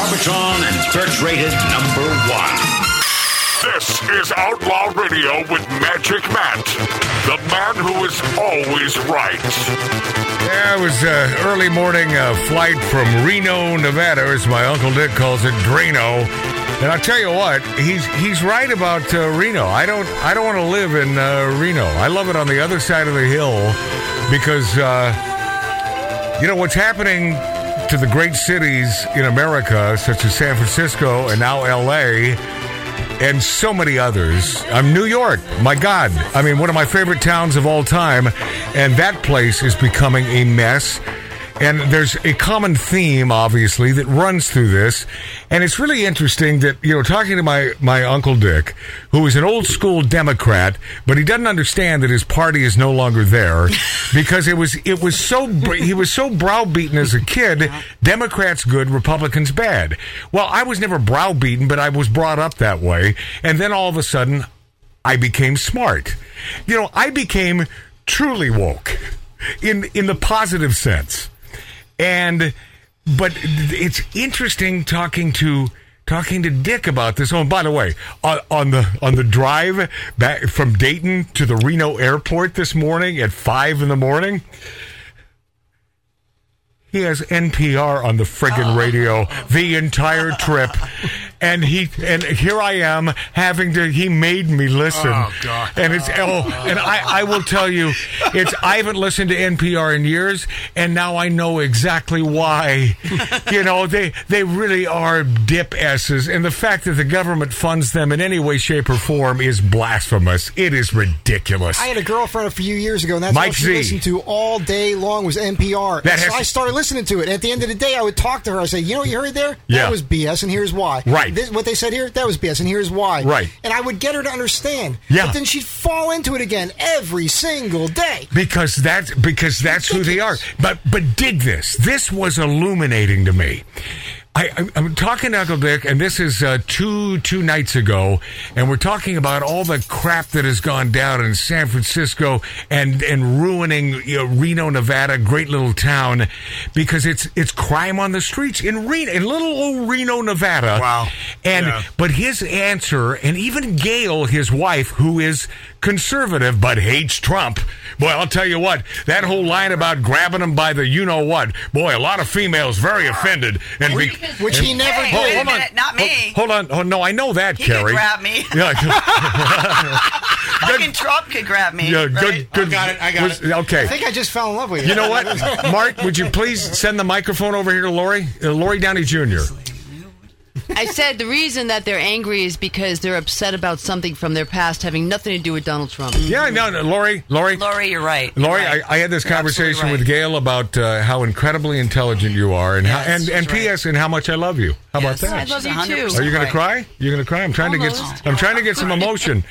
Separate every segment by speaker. Speaker 1: Arbitron and search rated number one.
Speaker 2: This is Outlaw Radio with Magic Matt, the man who is always right.
Speaker 3: Yeah, it was uh, early morning uh, flight from Reno, Nevada, as my uncle Dick calls it, Drano. And I'll tell you what, he's he's right about uh, Reno. I don't I don't want to live in uh, Reno. I love it on the other side of the hill because uh, you know what's happening to the great cities in America, such as San Francisco and now L.A and so many others. Um, New York, my God. I mean, one of my favorite towns of all time. And that place is becoming a mess. And there's a common theme, obviously, that runs through this. And it's really interesting that, you know, talking to my, my Uncle Dick, who is an old school Democrat, but he doesn't understand that his party is no longer there because it was, it was so, br- he was so browbeaten as a kid. Democrats good, Republicans bad. Well, I was never browbeaten, but I was brought up that way. And then all of a sudden, I became smart. You know, I became truly woke in in the positive sense. And but it's interesting talking to talking to Dick about this. Oh, and by the way, on, on the on the drive back from Dayton to the Reno airport this morning at five in the morning. He has NPR on the
Speaker 2: Oh.
Speaker 3: friggin' radio the entire trip, and he and here I am having to. He made me listen,
Speaker 2: Oh, God.
Speaker 3: and it's oh, and I I will tell you, it's I haven't listened to NPR in years, and now I know exactly why. you know they they really are dip s's, and the fact that the government funds them in any way, shape, or form is blasphemous. It is ridiculous.
Speaker 4: I had a girlfriend a few years ago, and that's
Speaker 3: Mike
Speaker 4: all she
Speaker 3: Z.
Speaker 4: listened to all day long was NPR.
Speaker 3: That
Speaker 4: And
Speaker 3: has-
Speaker 4: so I started listening to it. At the end of the day, I would talk to her. I say, "You know what you heard there?
Speaker 3: Yeah.
Speaker 4: That was BS, and here's why.
Speaker 3: Right.
Speaker 4: This, what they said here, that was BS, and here's why.
Speaker 3: Right.
Speaker 4: And I would get her to understand.
Speaker 3: Yeah.
Speaker 4: But then she'd fall into it again every single day.
Speaker 3: because that's because that's who they are. But but dig this. This was illuminating to me. I, I'm- I'm talking to Uncle Dick, and this is uh, two two nights ago, and we're talking about all the crap that has gone down in San Francisco and and ruining you know, Reno, Nevada, great little town, because it's it's crime on the streets in Reno, in little old Reno, Nevada.
Speaker 2: Wow.
Speaker 3: And
Speaker 2: Yeah.
Speaker 3: but his answer, and even Gail, his wife, who is conservative but hates Trump. Boy, I'll tell you what, that whole line about grabbing him by the you know what, boy, a lot of females very offended. And be-
Speaker 4: Which he never
Speaker 5: Hey,
Speaker 4: did.
Speaker 5: wait a minute, not me.
Speaker 3: Hold, hold on. Oh, no, I know that,
Speaker 5: He could
Speaker 3: Carrie.
Speaker 5: grab me.
Speaker 3: Yeah,
Speaker 5: Fucking Trump could grab me.
Speaker 3: yeah,
Speaker 5: right?
Speaker 3: good, good.
Speaker 6: got it, I got
Speaker 3: was-
Speaker 6: it.
Speaker 3: Okay.
Speaker 4: I think I just fell in love with you.
Speaker 3: You know what, Mark? Would you please send the microphone over here to Lori? Uh, Lori Downey Jr.
Speaker 7: I said the reason that they're angry is because they're upset about something from their past having nothing to do with Donald Trump.
Speaker 3: Yeah, no, no, Lori, Lori,
Speaker 5: Lori, you're right.
Speaker 3: Lori,
Speaker 5: You're right.
Speaker 3: I, I had this
Speaker 5: You're absolutely
Speaker 3: conversation
Speaker 5: right.
Speaker 3: with Gail about uh, how incredibly intelligent you are, and how,
Speaker 5: Yes,
Speaker 3: and, and
Speaker 5: she's right.
Speaker 3: P.S. and how much I love you. How
Speaker 5: Yes.
Speaker 3: about
Speaker 7: I
Speaker 3: that?
Speaker 7: love
Speaker 5: She's
Speaker 7: you too.
Speaker 5: 100%
Speaker 3: Are you going
Speaker 5: right.
Speaker 3: to cry? You're going to cry? I'm trying to
Speaker 7: Almost.
Speaker 3: get. I'm trying to get some emotion.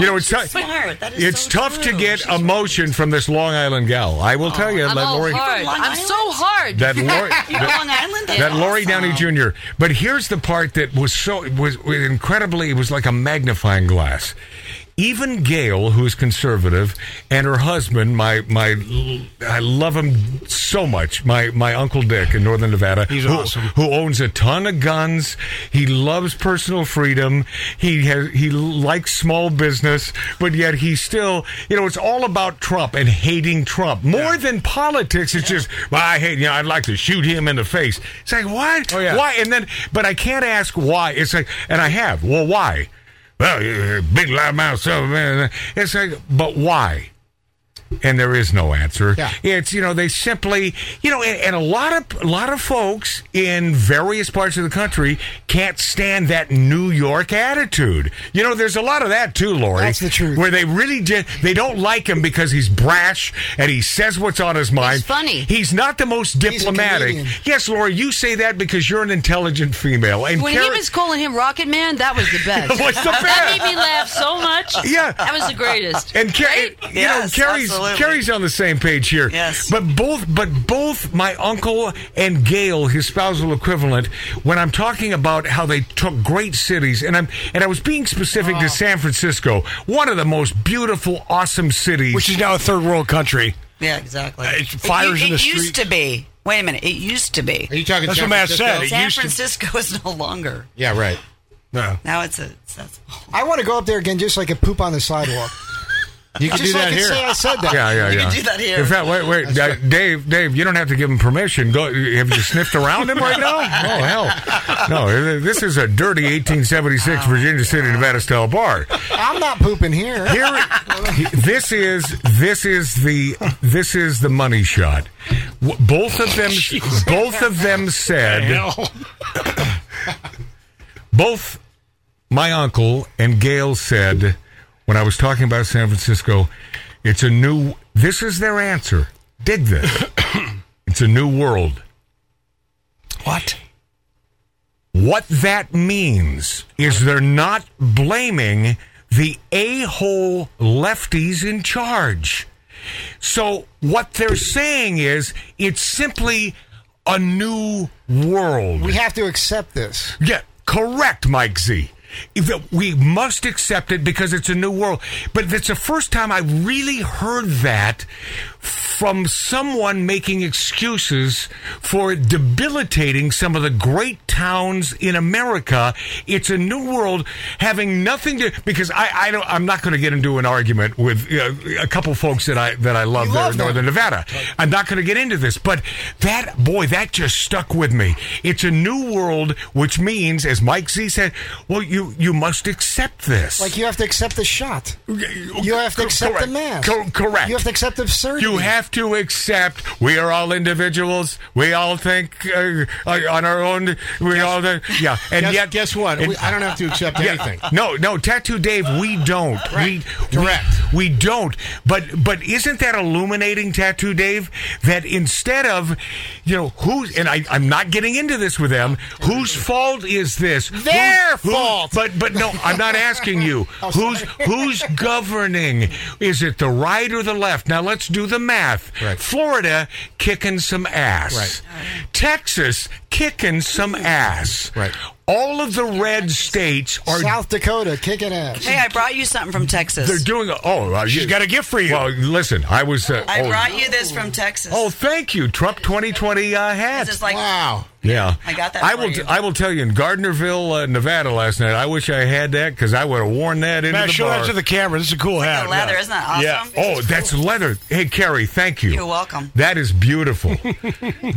Speaker 3: you know, it's tough.
Speaker 5: smart. That is
Speaker 3: It's
Speaker 5: so
Speaker 3: tough to
Speaker 5: true.
Speaker 3: get
Speaker 5: She's Oh,
Speaker 3: emotion from this Long Island gal. I will tell you,
Speaker 7: I'm
Speaker 3: let
Speaker 7: all
Speaker 3: Lori.
Speaker 7: hard.
Speaker 5: Long
Speaker 7: I'm so
Speaker 5: Island?
Speaker 7: hard.
Speaker 3: That Lori.
Speaker 5: You're
Speaker 3: that-
Speaker 5: Long Island.
Speaker 3: that Lori
Speaker 5: awesome.
Speaker 3: Downey Jr. But here's the part that was so was, was incredibly it was like a magnifying glass. Even Gail, who is conservative, and her husband, my my, I love him so much. My my uncle Dick in Northern Nevada,
Speaker 6: He's
Speaker 3: who,
Speaker 6: awesome.
Speaker 3: who owns a ton of guns. He loves personal freedom. He has he likes small business, but yet he still, you know, it's all about Trump and hating Trump more than politics. It's just, well, I hate, you know, I'd like to shoot him in the face. It's like what?
Speaker 6: Oh, yeah.
Speaker 3: Why? And then, but I can't ask why. It's like, and I have. Well, why? Well, you're a big loudmouth, so man. It's like, but why? and there is no answer.
Speaker 4: Yeah.
Speaker 3: It's you know they simply you know and, and a lot of a lot of folks in various parts of the country can't stand that New York attitude. You know, there's a lot of that too, Lori.
Speaker 4: That's the truth.
Speaker 3: Where they really just they don't like him because he's brash and he says what's on his mind.
Speaker 7: funny.
Speaker 3: He's not the most
Speaker 4: a
Speaker 3: diplomatic.
Speaker 4: comedian.
Speaker 3: yes, Lori, you say that because you're an intelligent female. And
Speaker 7: When
Speaker 3: Karen-
Speaker 7: he was calling him Rocket Man, that was the best.
Speaker 3: What's the
Speaker 7: That
Speaker 3: best?
Speaker 7: made me laugh so much.
Speaker 3: Yeah.
Speaker 7: That was the greatest.
Speaker 3: And Car-
Speaker 7: Right?
Speaker 3: you
Speaker 5: Yes,
Speaker 3: know, Carrie's
Speaker 5: absolutely.
Speaker 3: Carrie's on the same page here.
Speaker 5: Yes.
Speaker 3: But both but both my uncle and Gail, his spousal equivalent, when I'm talking about how they took great cities, and I'm and I was being specific
Speaker 5: Oh.
Speaker 3: to San Francisco, one of the most beautiful, awesome cities.
Speaker 6: Which is now a third world country.
Speaker 5: Yeah, exactly.
Speaker 6: Uh, it's fires
Speaker 5: it,
Speaker 6: in the
Speaker 5: It used
Speaker 6: streets.
Speaker 5: to be. Wait a minute. It used to be.
Speaker 4: Are you talking
Speaker 6: That's
Speaker 4: San
Speaker 6: what Matt
Speaker 4: Francisco?
Speaker 6: said. It
Speaker 5: San
Speaker 6: used to-
Speaker 5: Francisco is no longer.
Speaker 4: Yeah, right.
Speaker 6: No.
Speaker 5: Now it's a. It's, that's,
Speaker 4: I want to go up there again just so I could poop on the sidewalk.
Speaker 6: You can
Speaker 4: just
Speaker 6: do
Speaker 4: so I
Speaker 6: that
Speaker 4: could
Speaker 6: here.
Speaker 4: say I said that.
Speaker 3: Yeah, yeah,
Speaker 5: You
Speaker 3: yeah.
Speaker 5: can do that here.
Speaker 3: In fact, wait, wait, uh, Dave, Dave, you don't have to give him permission. Go. Have you sniffed around him right now? Oh hell, no. This is a dirty 1876 Virginia City, Nevada style bar.
Speaker 4: I'm not pooping here.
Speaker 3: Here, this is this is the this is the money shot. W- Both of them, both of them said,
Speaker 6: Hell.
Speaker 3: both my uncle and Gail said when I was talking about San Francisco, it's a new. This is their answer. Dig this. it's a new world.
Speaker 6: What?
Speaker 3: What that means is they're not blaming the a hole lefties in charge. So, what they're saying is it's simply a new world.
Speaker 4: We have to accept this.
Speaker 3: Yeah, correct, Mike Z. If it- We must accept it because it's a new world. But it's the first time I really heard that from someone making excuses for debilitating some of the great towns in America. It's a new world having nothing to because I, I don't I'm not going to get into an argument with uh, a couple folks that I that I love
Speaker 4: You
Speaker 3: there
Speaker 4: love
Speaker 3: in
Speaker 4: them.
Speaker 3: Northern Nevada. I'm not going to get into this, but that boy, that just stuck with me. It's a new world, which means, as Mike Z said, well, you you must accept this.
Speaker 4: Like you have to accept the shot. You have to
Speaker 3: Co-
Speaker 4: accept
Speaker 3: correct.
Speaker 4: the mask.
Speaker 3: Co- correct.
Speaker 4: You have to accept absurdity.
Speaker 3: You have to accept we are all individuals. We all think uh, uh, on our own. We all think, yeah. And
Speaker 6: Guess-
Speaker 3: yet,
Speaker 6: guess what?
Speaker 3: and-
Speaker 6: We- I don't have to accept
Speaker 3: yeah.
Speaker 6: anything.
Speaker 3: No, no, tattoo Dave. We don't.
Speaker 6: Right.
Speaker 3: We,
Speaker 6: Correct.
Speaker 3: We, we don't. But but isn't that illuminating, tattoo Dave? That instead of you know who's and I I'm not getting into this with them. Whose fault is this?
Speaker 6: Their
Speaker 3: Who- who-
Speaker 6: fault. Oh,
Speaker 3: but but no, I'm not asking you. who's who's governing? Is it the right or the left? Now let's do the math.
Speaker 6: Right.
Speaker 3: Florida kicking some ass.
Speaker 6: Right.
Speaker 3: Texas kicking some ass.
Speaker 6: Right.
Speaker 3: All of the red states are
Speaker 4: South Dakota kicking ass.
Speaker 5: hey, I brought you something from Texas.
Speaker 3: they're doing. A, oh, uh,
Speaker 6: She's got a gift for you.
Speaker 3: Well, listen, I was. Uh,
Speaker 5: I
Speaker 3: oh,
Speaker 5: brought you this from Texas.
Speaker 3: oh, thank you, Trump 2020 uh, hat.
Speaker 5: This is like
Speaker 6: wow.
Speaker 3: Yeah,
Speaker 5: I got that
Speaker 3: I
Speaker 5: for
Speaker 3: will.
Speaker 5: you.
Speaker 3: I will tell you in Gardnerville, uh, Nevada, last night. I wish I had that because I would have worn that into
Speaker 6: Matt,
Speaker 3: the
Speaker 6: show
Speaker 3: bar.
Speaker 6: that to the camera. This is a cool
Speaker 5: the
Speaker 6: hat.
Speaker 5: leather, isn't that awesome?
Speaker 6: Yeah.
Speaker 3: Oh, that's leather. Hey, Carrie, thank you.
Speaker 5: You're welcome.
Speaker 3: That is beautiful.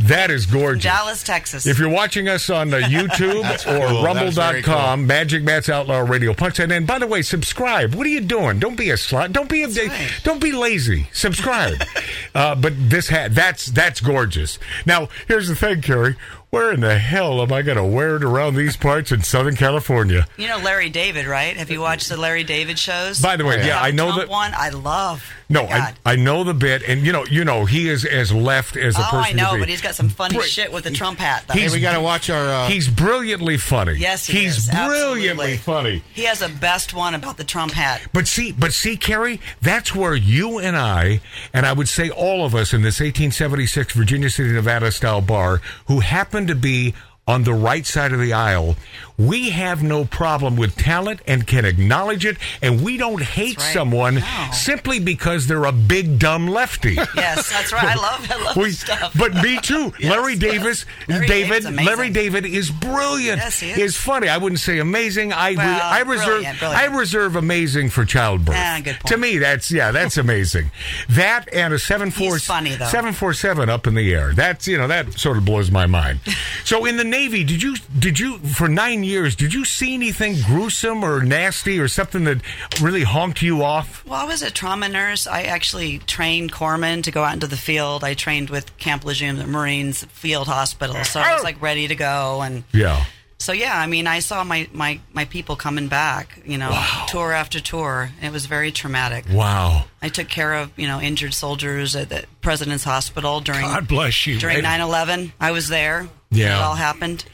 Speaker 3: that is gorgeous.
Speaker 5: Dallas, Texas.
Speaker 3: If you're watching us on uh, YouTube or
Speaker 6: cool. That's very
Speaker 3: rumble.com,
Speaker 6: cool.
Speaker 3: Magic Matt's Outlaw Radio Punch that in. By the way, subscribe. What are you doing? Don't be a slut. Don't be a
Speaker 5: right.
Speaker 3: don't be lazy. Subscribe. uh, but this hat that's that's gorgeous. Now, here's the thing, Carrie. Where in the hell am I going to wear it around these parts in Southern California?
Speaker 5: you know Larry David, right? Have you watched the Larry David shows?
Speaker 3: By the way, yeah, I know
Speaker 5: Trump
Speaker 3: that-
Speaker 5: one I love.
Speaker 3: No, I,
Speaker 5: God.
Speaker 3: I know the bit, and you know, you know, he is as left as a
Speaker 5: oh,
Speaker 3: person.
Speaker 5: I know,
Speaker 3: could be.
Speaker 5: but he's got some funny
Speaker 3: Bri-
Speaker 5: shit with the Trump hat. Though.
Speaker 6: Hey, we got to watch our. Uh,
Speaker 3: He's brilliantly funny.
Speaker 5: Yes, he
Speaker 3: he's
Speaker 5: is.
Speaker 3: brilliantly
Speaker 5: Absolutely.
Speaker 3: funny.
Speaker 5: He has the best one about the Trump hat.
Speaker 3: But see, but see, Carrie, that's where you and I, and I would say all of us in this 1876 Virginia City, Nevada style bar, who happen to be on the right side of the aisle, we have no problem with talent and can acknowledge it, and we don't hate
Speaker 5: That's right.
Speaker 3: someone
Speaker 5: No.
Speaker 3: simply because they're a big dumb lefty.
Speaker 5: Yes, that's right. I love I love
Speaker 3: We-
Speaker 5: his stuff.
Speaker 3: but me too.
Speaker 5: Yes.
Speaker 3: Larry Davis,
Speaker 5: Larry
Speaker 3: David,
Speaker 5: David's amazing.
Speaker 3: Larry David is brilliant.
Speaker 5: Yes, he is.
Speaker 3: He's funny. I wouldn't say amazing. I
Speaker 5: Well,
Speaker 3: I reserve
Speaker 5: brilliant, brilliant.
Speaker 3: I reserve amazing for childbirth.
Speaker 5: Ah, good point.
Speaker 3: To me, that's yeah, that's amazing. That and a seven four
Speaker 5: He's funny, though.
Speaker 3: seven four seven up in the air. That's you know that sort of blows my mind. so in the Navy, did you did you for nine years did you see anything gruesome or nasty or something that really honked you off?
Speaker 5: Well, I was a trauma nurse. I actually trained corpsmen to go out into the field. I trained with Camp Lejeune at Marines Field Hospital, so I was like ready to go. And
Speaker 3: Oh! Yeah.
Speaker 5: so, yeah, I mean, I saw my my my people coming back, you know, tour after tour. It was very traumatic.
Speaker 3: Wow.
Speaker 5: I took care of you know injured soldiers at the President's Hospital during
Speaker 6: God bless you.
Speaker 5: during
Speaker 6: man.
Speaker 5: 9/11. I was there.
Speaker 3: Yeah.
Speaker 5: it all happened.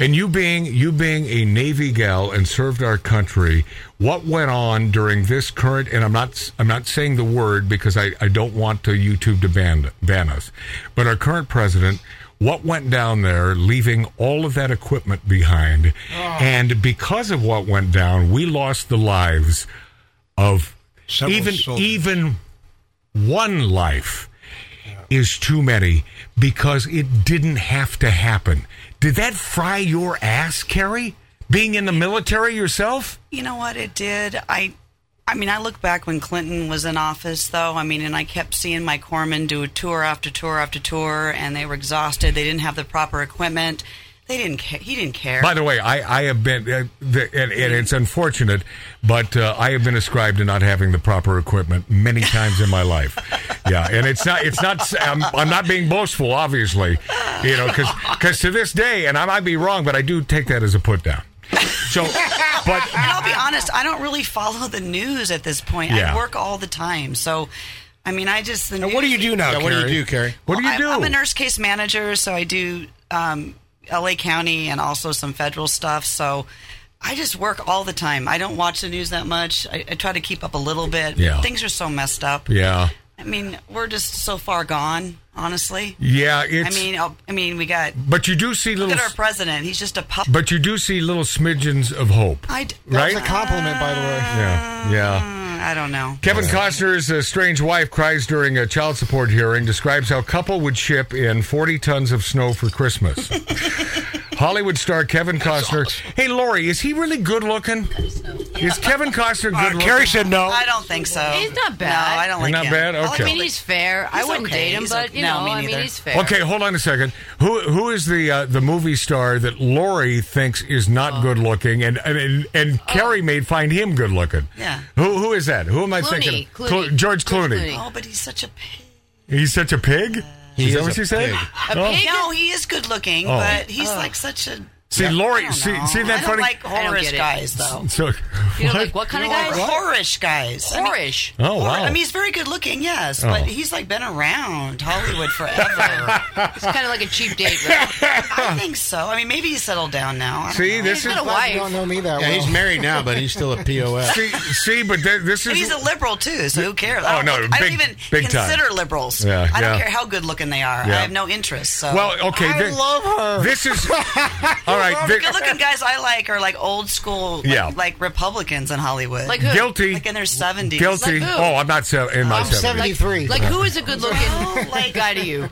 Speaker 3: And you being you being a Navy gal and served our country, what went on during this current? And I'm not I'm not saying the word because I, I don't want to YouTube to ban ban us, but our current president, what went down there, leaving all of that equipment behind, and because of what went down, we lost the lives of
Speaker 6: Several
Speaker 3: even
Speaker 6: soldiers.
Speaker 3: even one life. is too many because it didn't have to happen. Did that fry your ass, Carrie? Being in the military yourself?
Speaker 5: You know what? It did. I. I mean, I look back when Clinton was in office, though. I mean, and I kept seeing my corpsmen do tour after tour after tour, and they were exhausted. They didn't have the proper equipment. They didn't care. He didn't care.
Speaker 3: By the way, I, I have been, uh, the, and, and it's unfortunate, but uh, I have been ascribed to not having the proper equipment many times in my life. Yeah, and it's not, it's not, I'm, I'm not being boastful, obviously, you know, because to this day, and I might be wrong, but I do take that as a put down. So, but
Speaker 5: and I'll be honest, I don't really follow the news at this point.
Speaker 3: Yeah.
Speaker 5: I work all the time, so I mean, I just. The
Speaker 6: Now, what do you do now,
Speaker 5: Yeah,
Speaker 6: Carrie?
Speaker 5: what do you
Speaker 6: do, Carrie?
Speaker 3: what do you
Speaker 5: I-
Speaker 3: do?
Speaker 5: I'm a nurse case manager, so I do um, L.A. County and also some federal stuff. So I just work all the time. I don't watch the news that much. I, I try to keep up a little bit.
Speaker 3: Yeah.
Speaker 5: Things are so messed up.
Speaker 3: Yeah,
Speaker 5: I mean, we're just so far gone, honestly.
Speaker 3: yeah,
Speaker 5: I
Speaker 3: it's,
Speaker 5: mean, uh, I mean, we got
Speaker 3: but you do see
Speaker 5: look
Speaker 3: little,
Speaker 5: at our president. He's just a pup.
Speaker 3: but you do see little smidgens of hope,
Speaker 5: I d-
Speaker 4: That was
Speaker 3: right?
Speaker 4: a compliment, by the
Speaker 3: Ah.
Speaker 4: way.
Speaker 3: Yeah, yeah.
Speaker 5: Mm, I don't know.
Speaker 3: Kevin Costner's uh, strange wife cries during a child support hearing, describes how couple would ship in 40 tons of snow for Christmas. Hollywood star Kevin Costner. Hey, Lori, is he really good looking? Is Kevin Costner good looking?
Speaker 6: Carrie said no.
Speaker 5: I don't think so.
Speaker 7: He's not bad.
Speaker 5: No, I don't
Speaker 3: He's
Speaker 5: like
Speaker 3: not
Speaker 5: him.
Speaker 3: bad?
Speaker 5: I like
Speaker 3: Okay.
Speaker 7: I
Speaker 5: him.
Speaker 7: mean, he's fair. I
Speaker 5: He's
Speaker 7: wouldn't
Speaker 5: okay.
Speaker 7: date him,
Speaker 5: He's
Speaker 7: but
Speaker 5: okay.
Speaker 7: you
Speaker 5: No,
Speaker 7: know,
Speaker 5: me
Speaker 7: I mean,
Speaker 5: neither.
Speaker 7: he's fair.
Speaker 3: Okay, hold on a second. Who who is the uh, the movie star that Lori thinks is not good looking, and and and, and Carrie made find him good looking?
Speaker 5: Yeah.
Speaker 3: Who who is that? Who am I
Speaker 7: Clooney,
Speaker 3: thinking? of?
Speaker 7: Clooney.
Speaker 3: Clo- George
Speaker 7: George
Speaker 3: Clooney.
Speaker 7: Clooney.
Speaker 5: oh, but he's such a pig.
Speaker 3: He's such a pig.
Speaker 6: He
Speaker 3: is that
Speaker 6: is
Speaker 3: what
Speaker 6: a
Speaker 3: you said?
Speaker 6: pig.
Speaker 7: A
Speaker 3: Oh.
Speaker 7: pig?
Speaker 5: No, he is good looking,
Speaker 3: Oh.
Speaker 5: but he's like such a.
Speaker 3: See,
Speaker 5: I
Speaker 3: Lori,
Speaker 5: don't
Speaker 3: see,
Speaker 5: know.
Speaker 3: see
Speaker 5: I
Speaker 3: that
Speaker 5: don't
Speaker 3: funny.
Speaker 5: like
Speaker 7: get
Speaker 5: horish
Speaker 7: it.
Speaker 5: guys, though.
Speaker 3: So,
Speaker 7: You know, like what kind of
Speaker 5: Like
Speaker 7: guy?
Speaker 5: horish guys. I mean-
Speaker 7: Horish.
Speaker 3: Oh, wow.
Speaker 5: I mean, he's very good looking, yes,
Speaker 3: Oh.
Speaker 5: but he's like been around Hollywood forever.
Speaker 7: It's kind of like a cheap date. Right?
Speaker 5: I think so. I mean, maybe he's settled down now. I don't
Speaker 3: See,
Speaker 5: know.
Speaker 3: this is
Speaker 7: got a
Speaker 4: Glad
Speaker 7: wife.
Speaker 4: You don't know me that
Speaker 6: Yeah,
Speaker 4: well.
Speaker 6: he's married now, but he's still a POS.
Speaker 3: see, see, but th- this
Speaker 5: And
Speaker 3: is
Speaker 5: he's a liberal too, so who cares?
Speaker 3: Oh,
Speaker 5: I don't,
Speaker 3: no,
Speaker 5: I don't
Speaker 3: big-
Speaker 5: even
Speaker 3: big time.
Speaker 5: consider liberals.
Speaker 3: Yeah,
Speaker 5: I don't
Speaker 3: yeah.
Speaker 5: care how good looking they are.
Speaker 3: Yeah.
Speaker 5: I have no interest. So.
Speaker 3: well, okay. thi-
Speaker 4: I love her.
Speaker 3: This is all right. thi-
Speaker 5: good looking guys I like are like old school, like,
Speaker 3: Yeah.
Speaker 5: like Republicans in Hollywood,
Speaker 7: Like who?
Speaker 3: guilty,
Speaker 5: Like in their seventies,
Speaker 3: guilty.
Speaker 7: Like who?
Speaker 3: oh, I'm not se- in my
Speaker 4: I'm
Speaker 3: seventies.
Speaker 4: 73.
Speaker 7: Like, who is a good looking
Speaker 5: Well, like- uh,
Speaker 7: guy to you?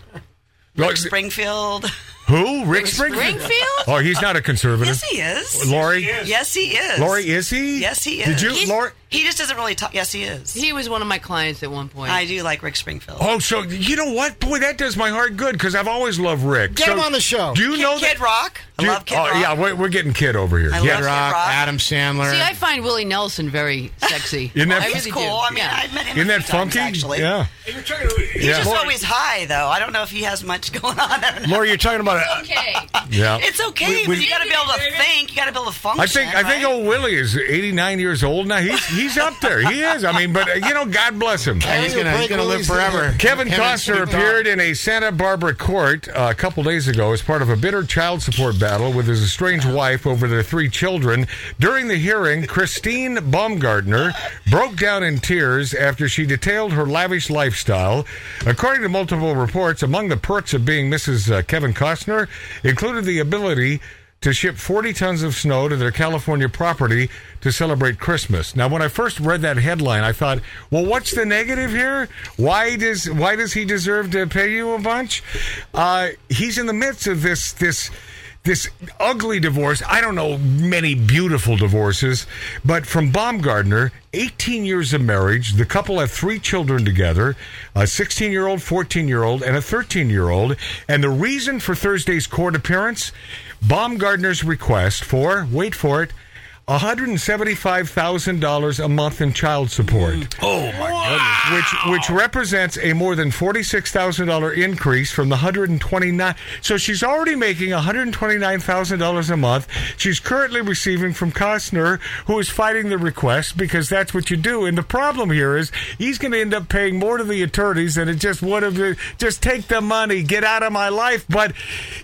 Speaker 3: Like,
Speaker 5: Springfield.
Speaker 3: who? Rick Springfield.
Speaker 7: Springfield?
Speaker 3: Oh, he's not a conservative.
Speaker 5: Yes, he is.
Speaker 3: Lori.
Speaker 5: Yes, he is.
Speaker 3: Lori, is he?
Speaker 5: Yes, he is.
Speaker 3: Did you,
Speaker 5: He's-
Speaker 3: Lori?
Speaker 5: He just doesn't really talk. Yes, he is.
Speaker 7: He was one of my clients at one point.
Speaker 5: I do like Rick Springfield.
Speaker 3: Oh, so you know what? Boy, that does my heart good because I've always loved Rick.
Speaker 4: Get
Speaker 3: So
Speaker 4: him on the show.
Speaker 3: Do you
Speaker 5: Kid,
Speaker 3: know that?
Speaker 5: Kid Rock. I
Speaker 3: do you-
Speaker 5: love Kid
Speaker 3: oh,
Speaker 5: Rock.
Speaker 3: yeah, we're, we're getting Kid over here.
Speaker 5: I
Speaker 3: yeah,
Speaker 5: love
Speaker 6: Kid Rock,
Speaker 5: Rock.
Speaker 6: Adam Sandler.
Speaker 7: See, I find Willie Nelson very sexy.
Speaker 3: Isn't that-
Speaker 7: I
Speaker 5: He's
Speaker 7: really
Speaker 5: cool.
Speaker 7: do.
Speaker 5: I mean,
Speaker 7: Yeah.
Speaker 5: I've met him.
Speaker 3: Isn't
Speaker 5: a few
Speaker 3: that funky?
Speaker 5: Times, actually,
Speaker 3: Yeah.
Speaker 5: He's
Speaker 3: Yeah.
Speaker 5: just
Speaker 3: Lori-
Speaker 5: always high, though. I don't know if he has much going on. Or not.
Speaker 6: Lori, you're talking about a,
Speaker 7: okay.
Speaker 3: Yeah.
Speaker 5: It's
Speaker 6: we-
Speaker 5: okay, but you got to be able to think. You got to be able to function.
Speaker 3: I think I think
Speaker 5: right?
Speaker 3: old Willie is 89 years old now. He's he's up there. He is. I mean, but uh, you know, God bless him.
Speaker 6: and he's gonna, he's gonna live forever.
Speaker 3: Kevin
Speaker 6: Him and
Speaker 3: Costner
Speaker 6: Snoop Dogg.
Speaker 3: appeared in a Santa Barbara court uh, a couple days ago as part of a bitter child support battle with his estranged wife over their three children. During the hearing, Christine Baumgartner broke down in tears after she detailed her lavish lifestyle. According to multiple reports, among the perks of being Mrs. uh, Kevin Costner included the ability to ship 40 tons of snow to their California property to celebrate Christmas. Now, when I first read that headline, I thought, well, what's the negative here? Why does why does he deserve to pay you a bunch? Uh, he's in the midst of this this this ugly divorce. I don't know many beautiful divorces, but from Baumgartner, 18 years of marriage. The couple have three children together a 16 year old, 14 year old, and a 13 year old. And the reason for Thursday's court appearance Baumgartner's request for, wait for it, $175,000 a month in child support. Oh my goodness. Which which represents a more than $46,000 increase from the 129 So she's already making $129,000 a month. She's currently receiving from Costner who is fighting the request because that's what you do. And the problem here is he's going to end up paying more to the attorneys than it just would have been. just take the money, get out of my life, but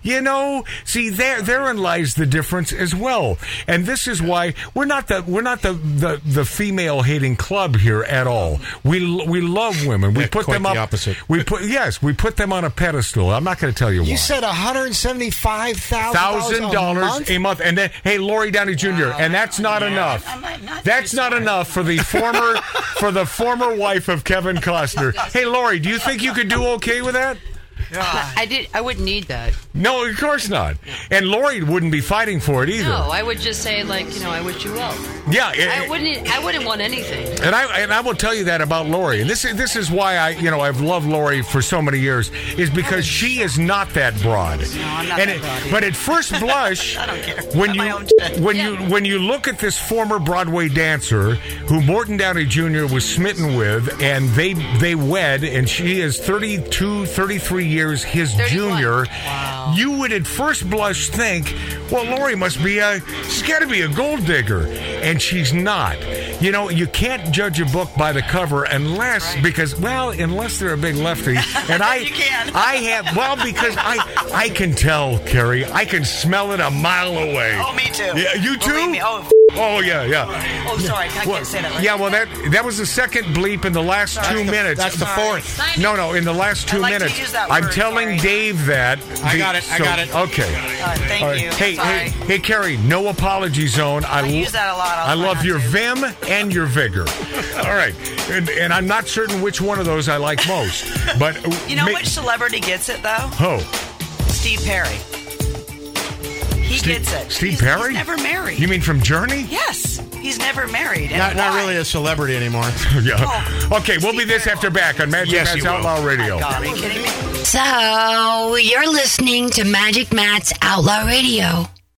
Speaker 3: you know, see there therein lies the difference as well. And this is why guy. We're not the we're not the the, the female hating club here at all. We l- we love women. We
Speaker 6: Yeah,
Speaker 3: put
Speaker 6: quite
Speaker 3: them up.
Speaker 6: the opposite.
Speaker 3: We put yes, we put them on a pedestal. I'm not going to tell you, why.
Speaker 4: You said one hundred seventy-five thousand
Speaker 3: Thousand dollars a month, and then hey, Lori Downey Jr. and that's not enough.
Speaker 5: I might not
Speaker 3: that's
Speaker 5: do
Speaker 3: not
Speaker 5: that.
Speaker 3: enough for the former for the former wife of Kevin Costner. Hey, Lori, do you think you could do okay with that?
Speaker 7: I did. I wouldn't need that.
Speaker 3: No, of course not. And Lori wouldn't be fighting for it either.
Speaker 7: No, I would just say like, you know, I wish you well.
Speaker 3: Yeah, it-
Speaker 7: I wouldn't. e, I wouldn't want anything.
Speaker 3: And I and I will tell you that about Lori. And this is this is why I you know I've loved Lori for so many years is because she is not that broad.
Speaker 5: I'm not
Speaker 3: and
Speaker 5: that
Speaker 3: it-
Speaker 5: broad either.
Speaker 3: but at first blush,
Speaker 5: I don't care.
Speaker 3: when
Speaker 5: I'm
Speaker 3: you
Speaker 5: my own shit.
Speaker 3: when
Speaker 7: Yeah.
Speaker 3: you when you look at this former Broadway dancer who Morton Downey Jr. was smitten with, and they they wed, and she is 32, 33 years his
Speaker 7: 31.
Speaker 3: junior. You would at first blush think, well, Lori must be a she's got to be a gold digger, and she's not. You know, you can't judge a book by the cover unless because well, unless they're a big lefty, and I
Speaker 5: You can.
Speaker 3: I have well because I I can tell Carrie, I can smell it a mile away.
Speaker 5: Oh, me too.
Speaker 3: Yeah, you too.
Speaker 5: Believe me. Oh, f-
Speaker 3: Oh, yeah, yeah.
Speaker 5: oh, sorry. I
Speaker 3: Well,
Speaker 5: can't say that. Right
Speaker 3: yeah, well, that that was the second bleep in the last two minutes.
Speaker 6: That's the
Speaker 5: Sorry.
Speaker 6: fourth.
Speaker 3: no, no, in the last two
Speaker 5: I like to
Speaker 3: minutes.
Speaker 5: use that
Speaker 3: I'm
Speaker 5: word,
Speaker 3: telling
Speaker 5: sorry.
Speaker 3: Dave that.
Speaker 6: I
Speaker 3: the-
Speaker 6: got it, I got it.
Speaker 3: Okay.
Speaker 5: Uh, thank
Speaker 3: All right.
Speaker 5: you.
Speaker 3: Hey,
Speaker 5: sorry.
Speaker 3: hey, hey, Carrie, no apology zone. I,
Speaker 5: use that a lot. I'll
Speaker 3: I
Speaker 5: try
Speaker 3: love
Speaker 5: not
Speaker 3: your
Speaker 5: to.
Speaker 3: vim and your vigor. All right. And, and I'm not certain which one of those I like most. But
Speaker 5: You know
Speaker 3: ma-
Speaker 5: which celebrity gets it though?
Speaker 3: Oh,
Speaker 5: Steve Perry. He
Speaker 3: Steve,
Speaker 5: gets it.
Speaker 3: Steve
Speaker 5: He's-
Speaker 3: Perry?
Speaker 5: He's never married.
Speaker 3: You mean from Journey?
Speaker 5: yes, he's never married. And
Speaker 6: Not, not
Speaker 5: why?
Speaker 6: really a celebrity anymore.
Speaker 3: Yeah.
Speaker 5: Oh.
Speaker 3: Okay, we'll be this
Speaker 5: Steve
Speaker 3: after back on Magic
Speaker 6: Yes,
Speaker 3: Man's
Speaker 6: you will.
Speaker 3: Outlaw Radio.
Speaker 5: God, are you kidding me?
Speaker 8: So, you're listening to Magic Matt's Outlaw Radio.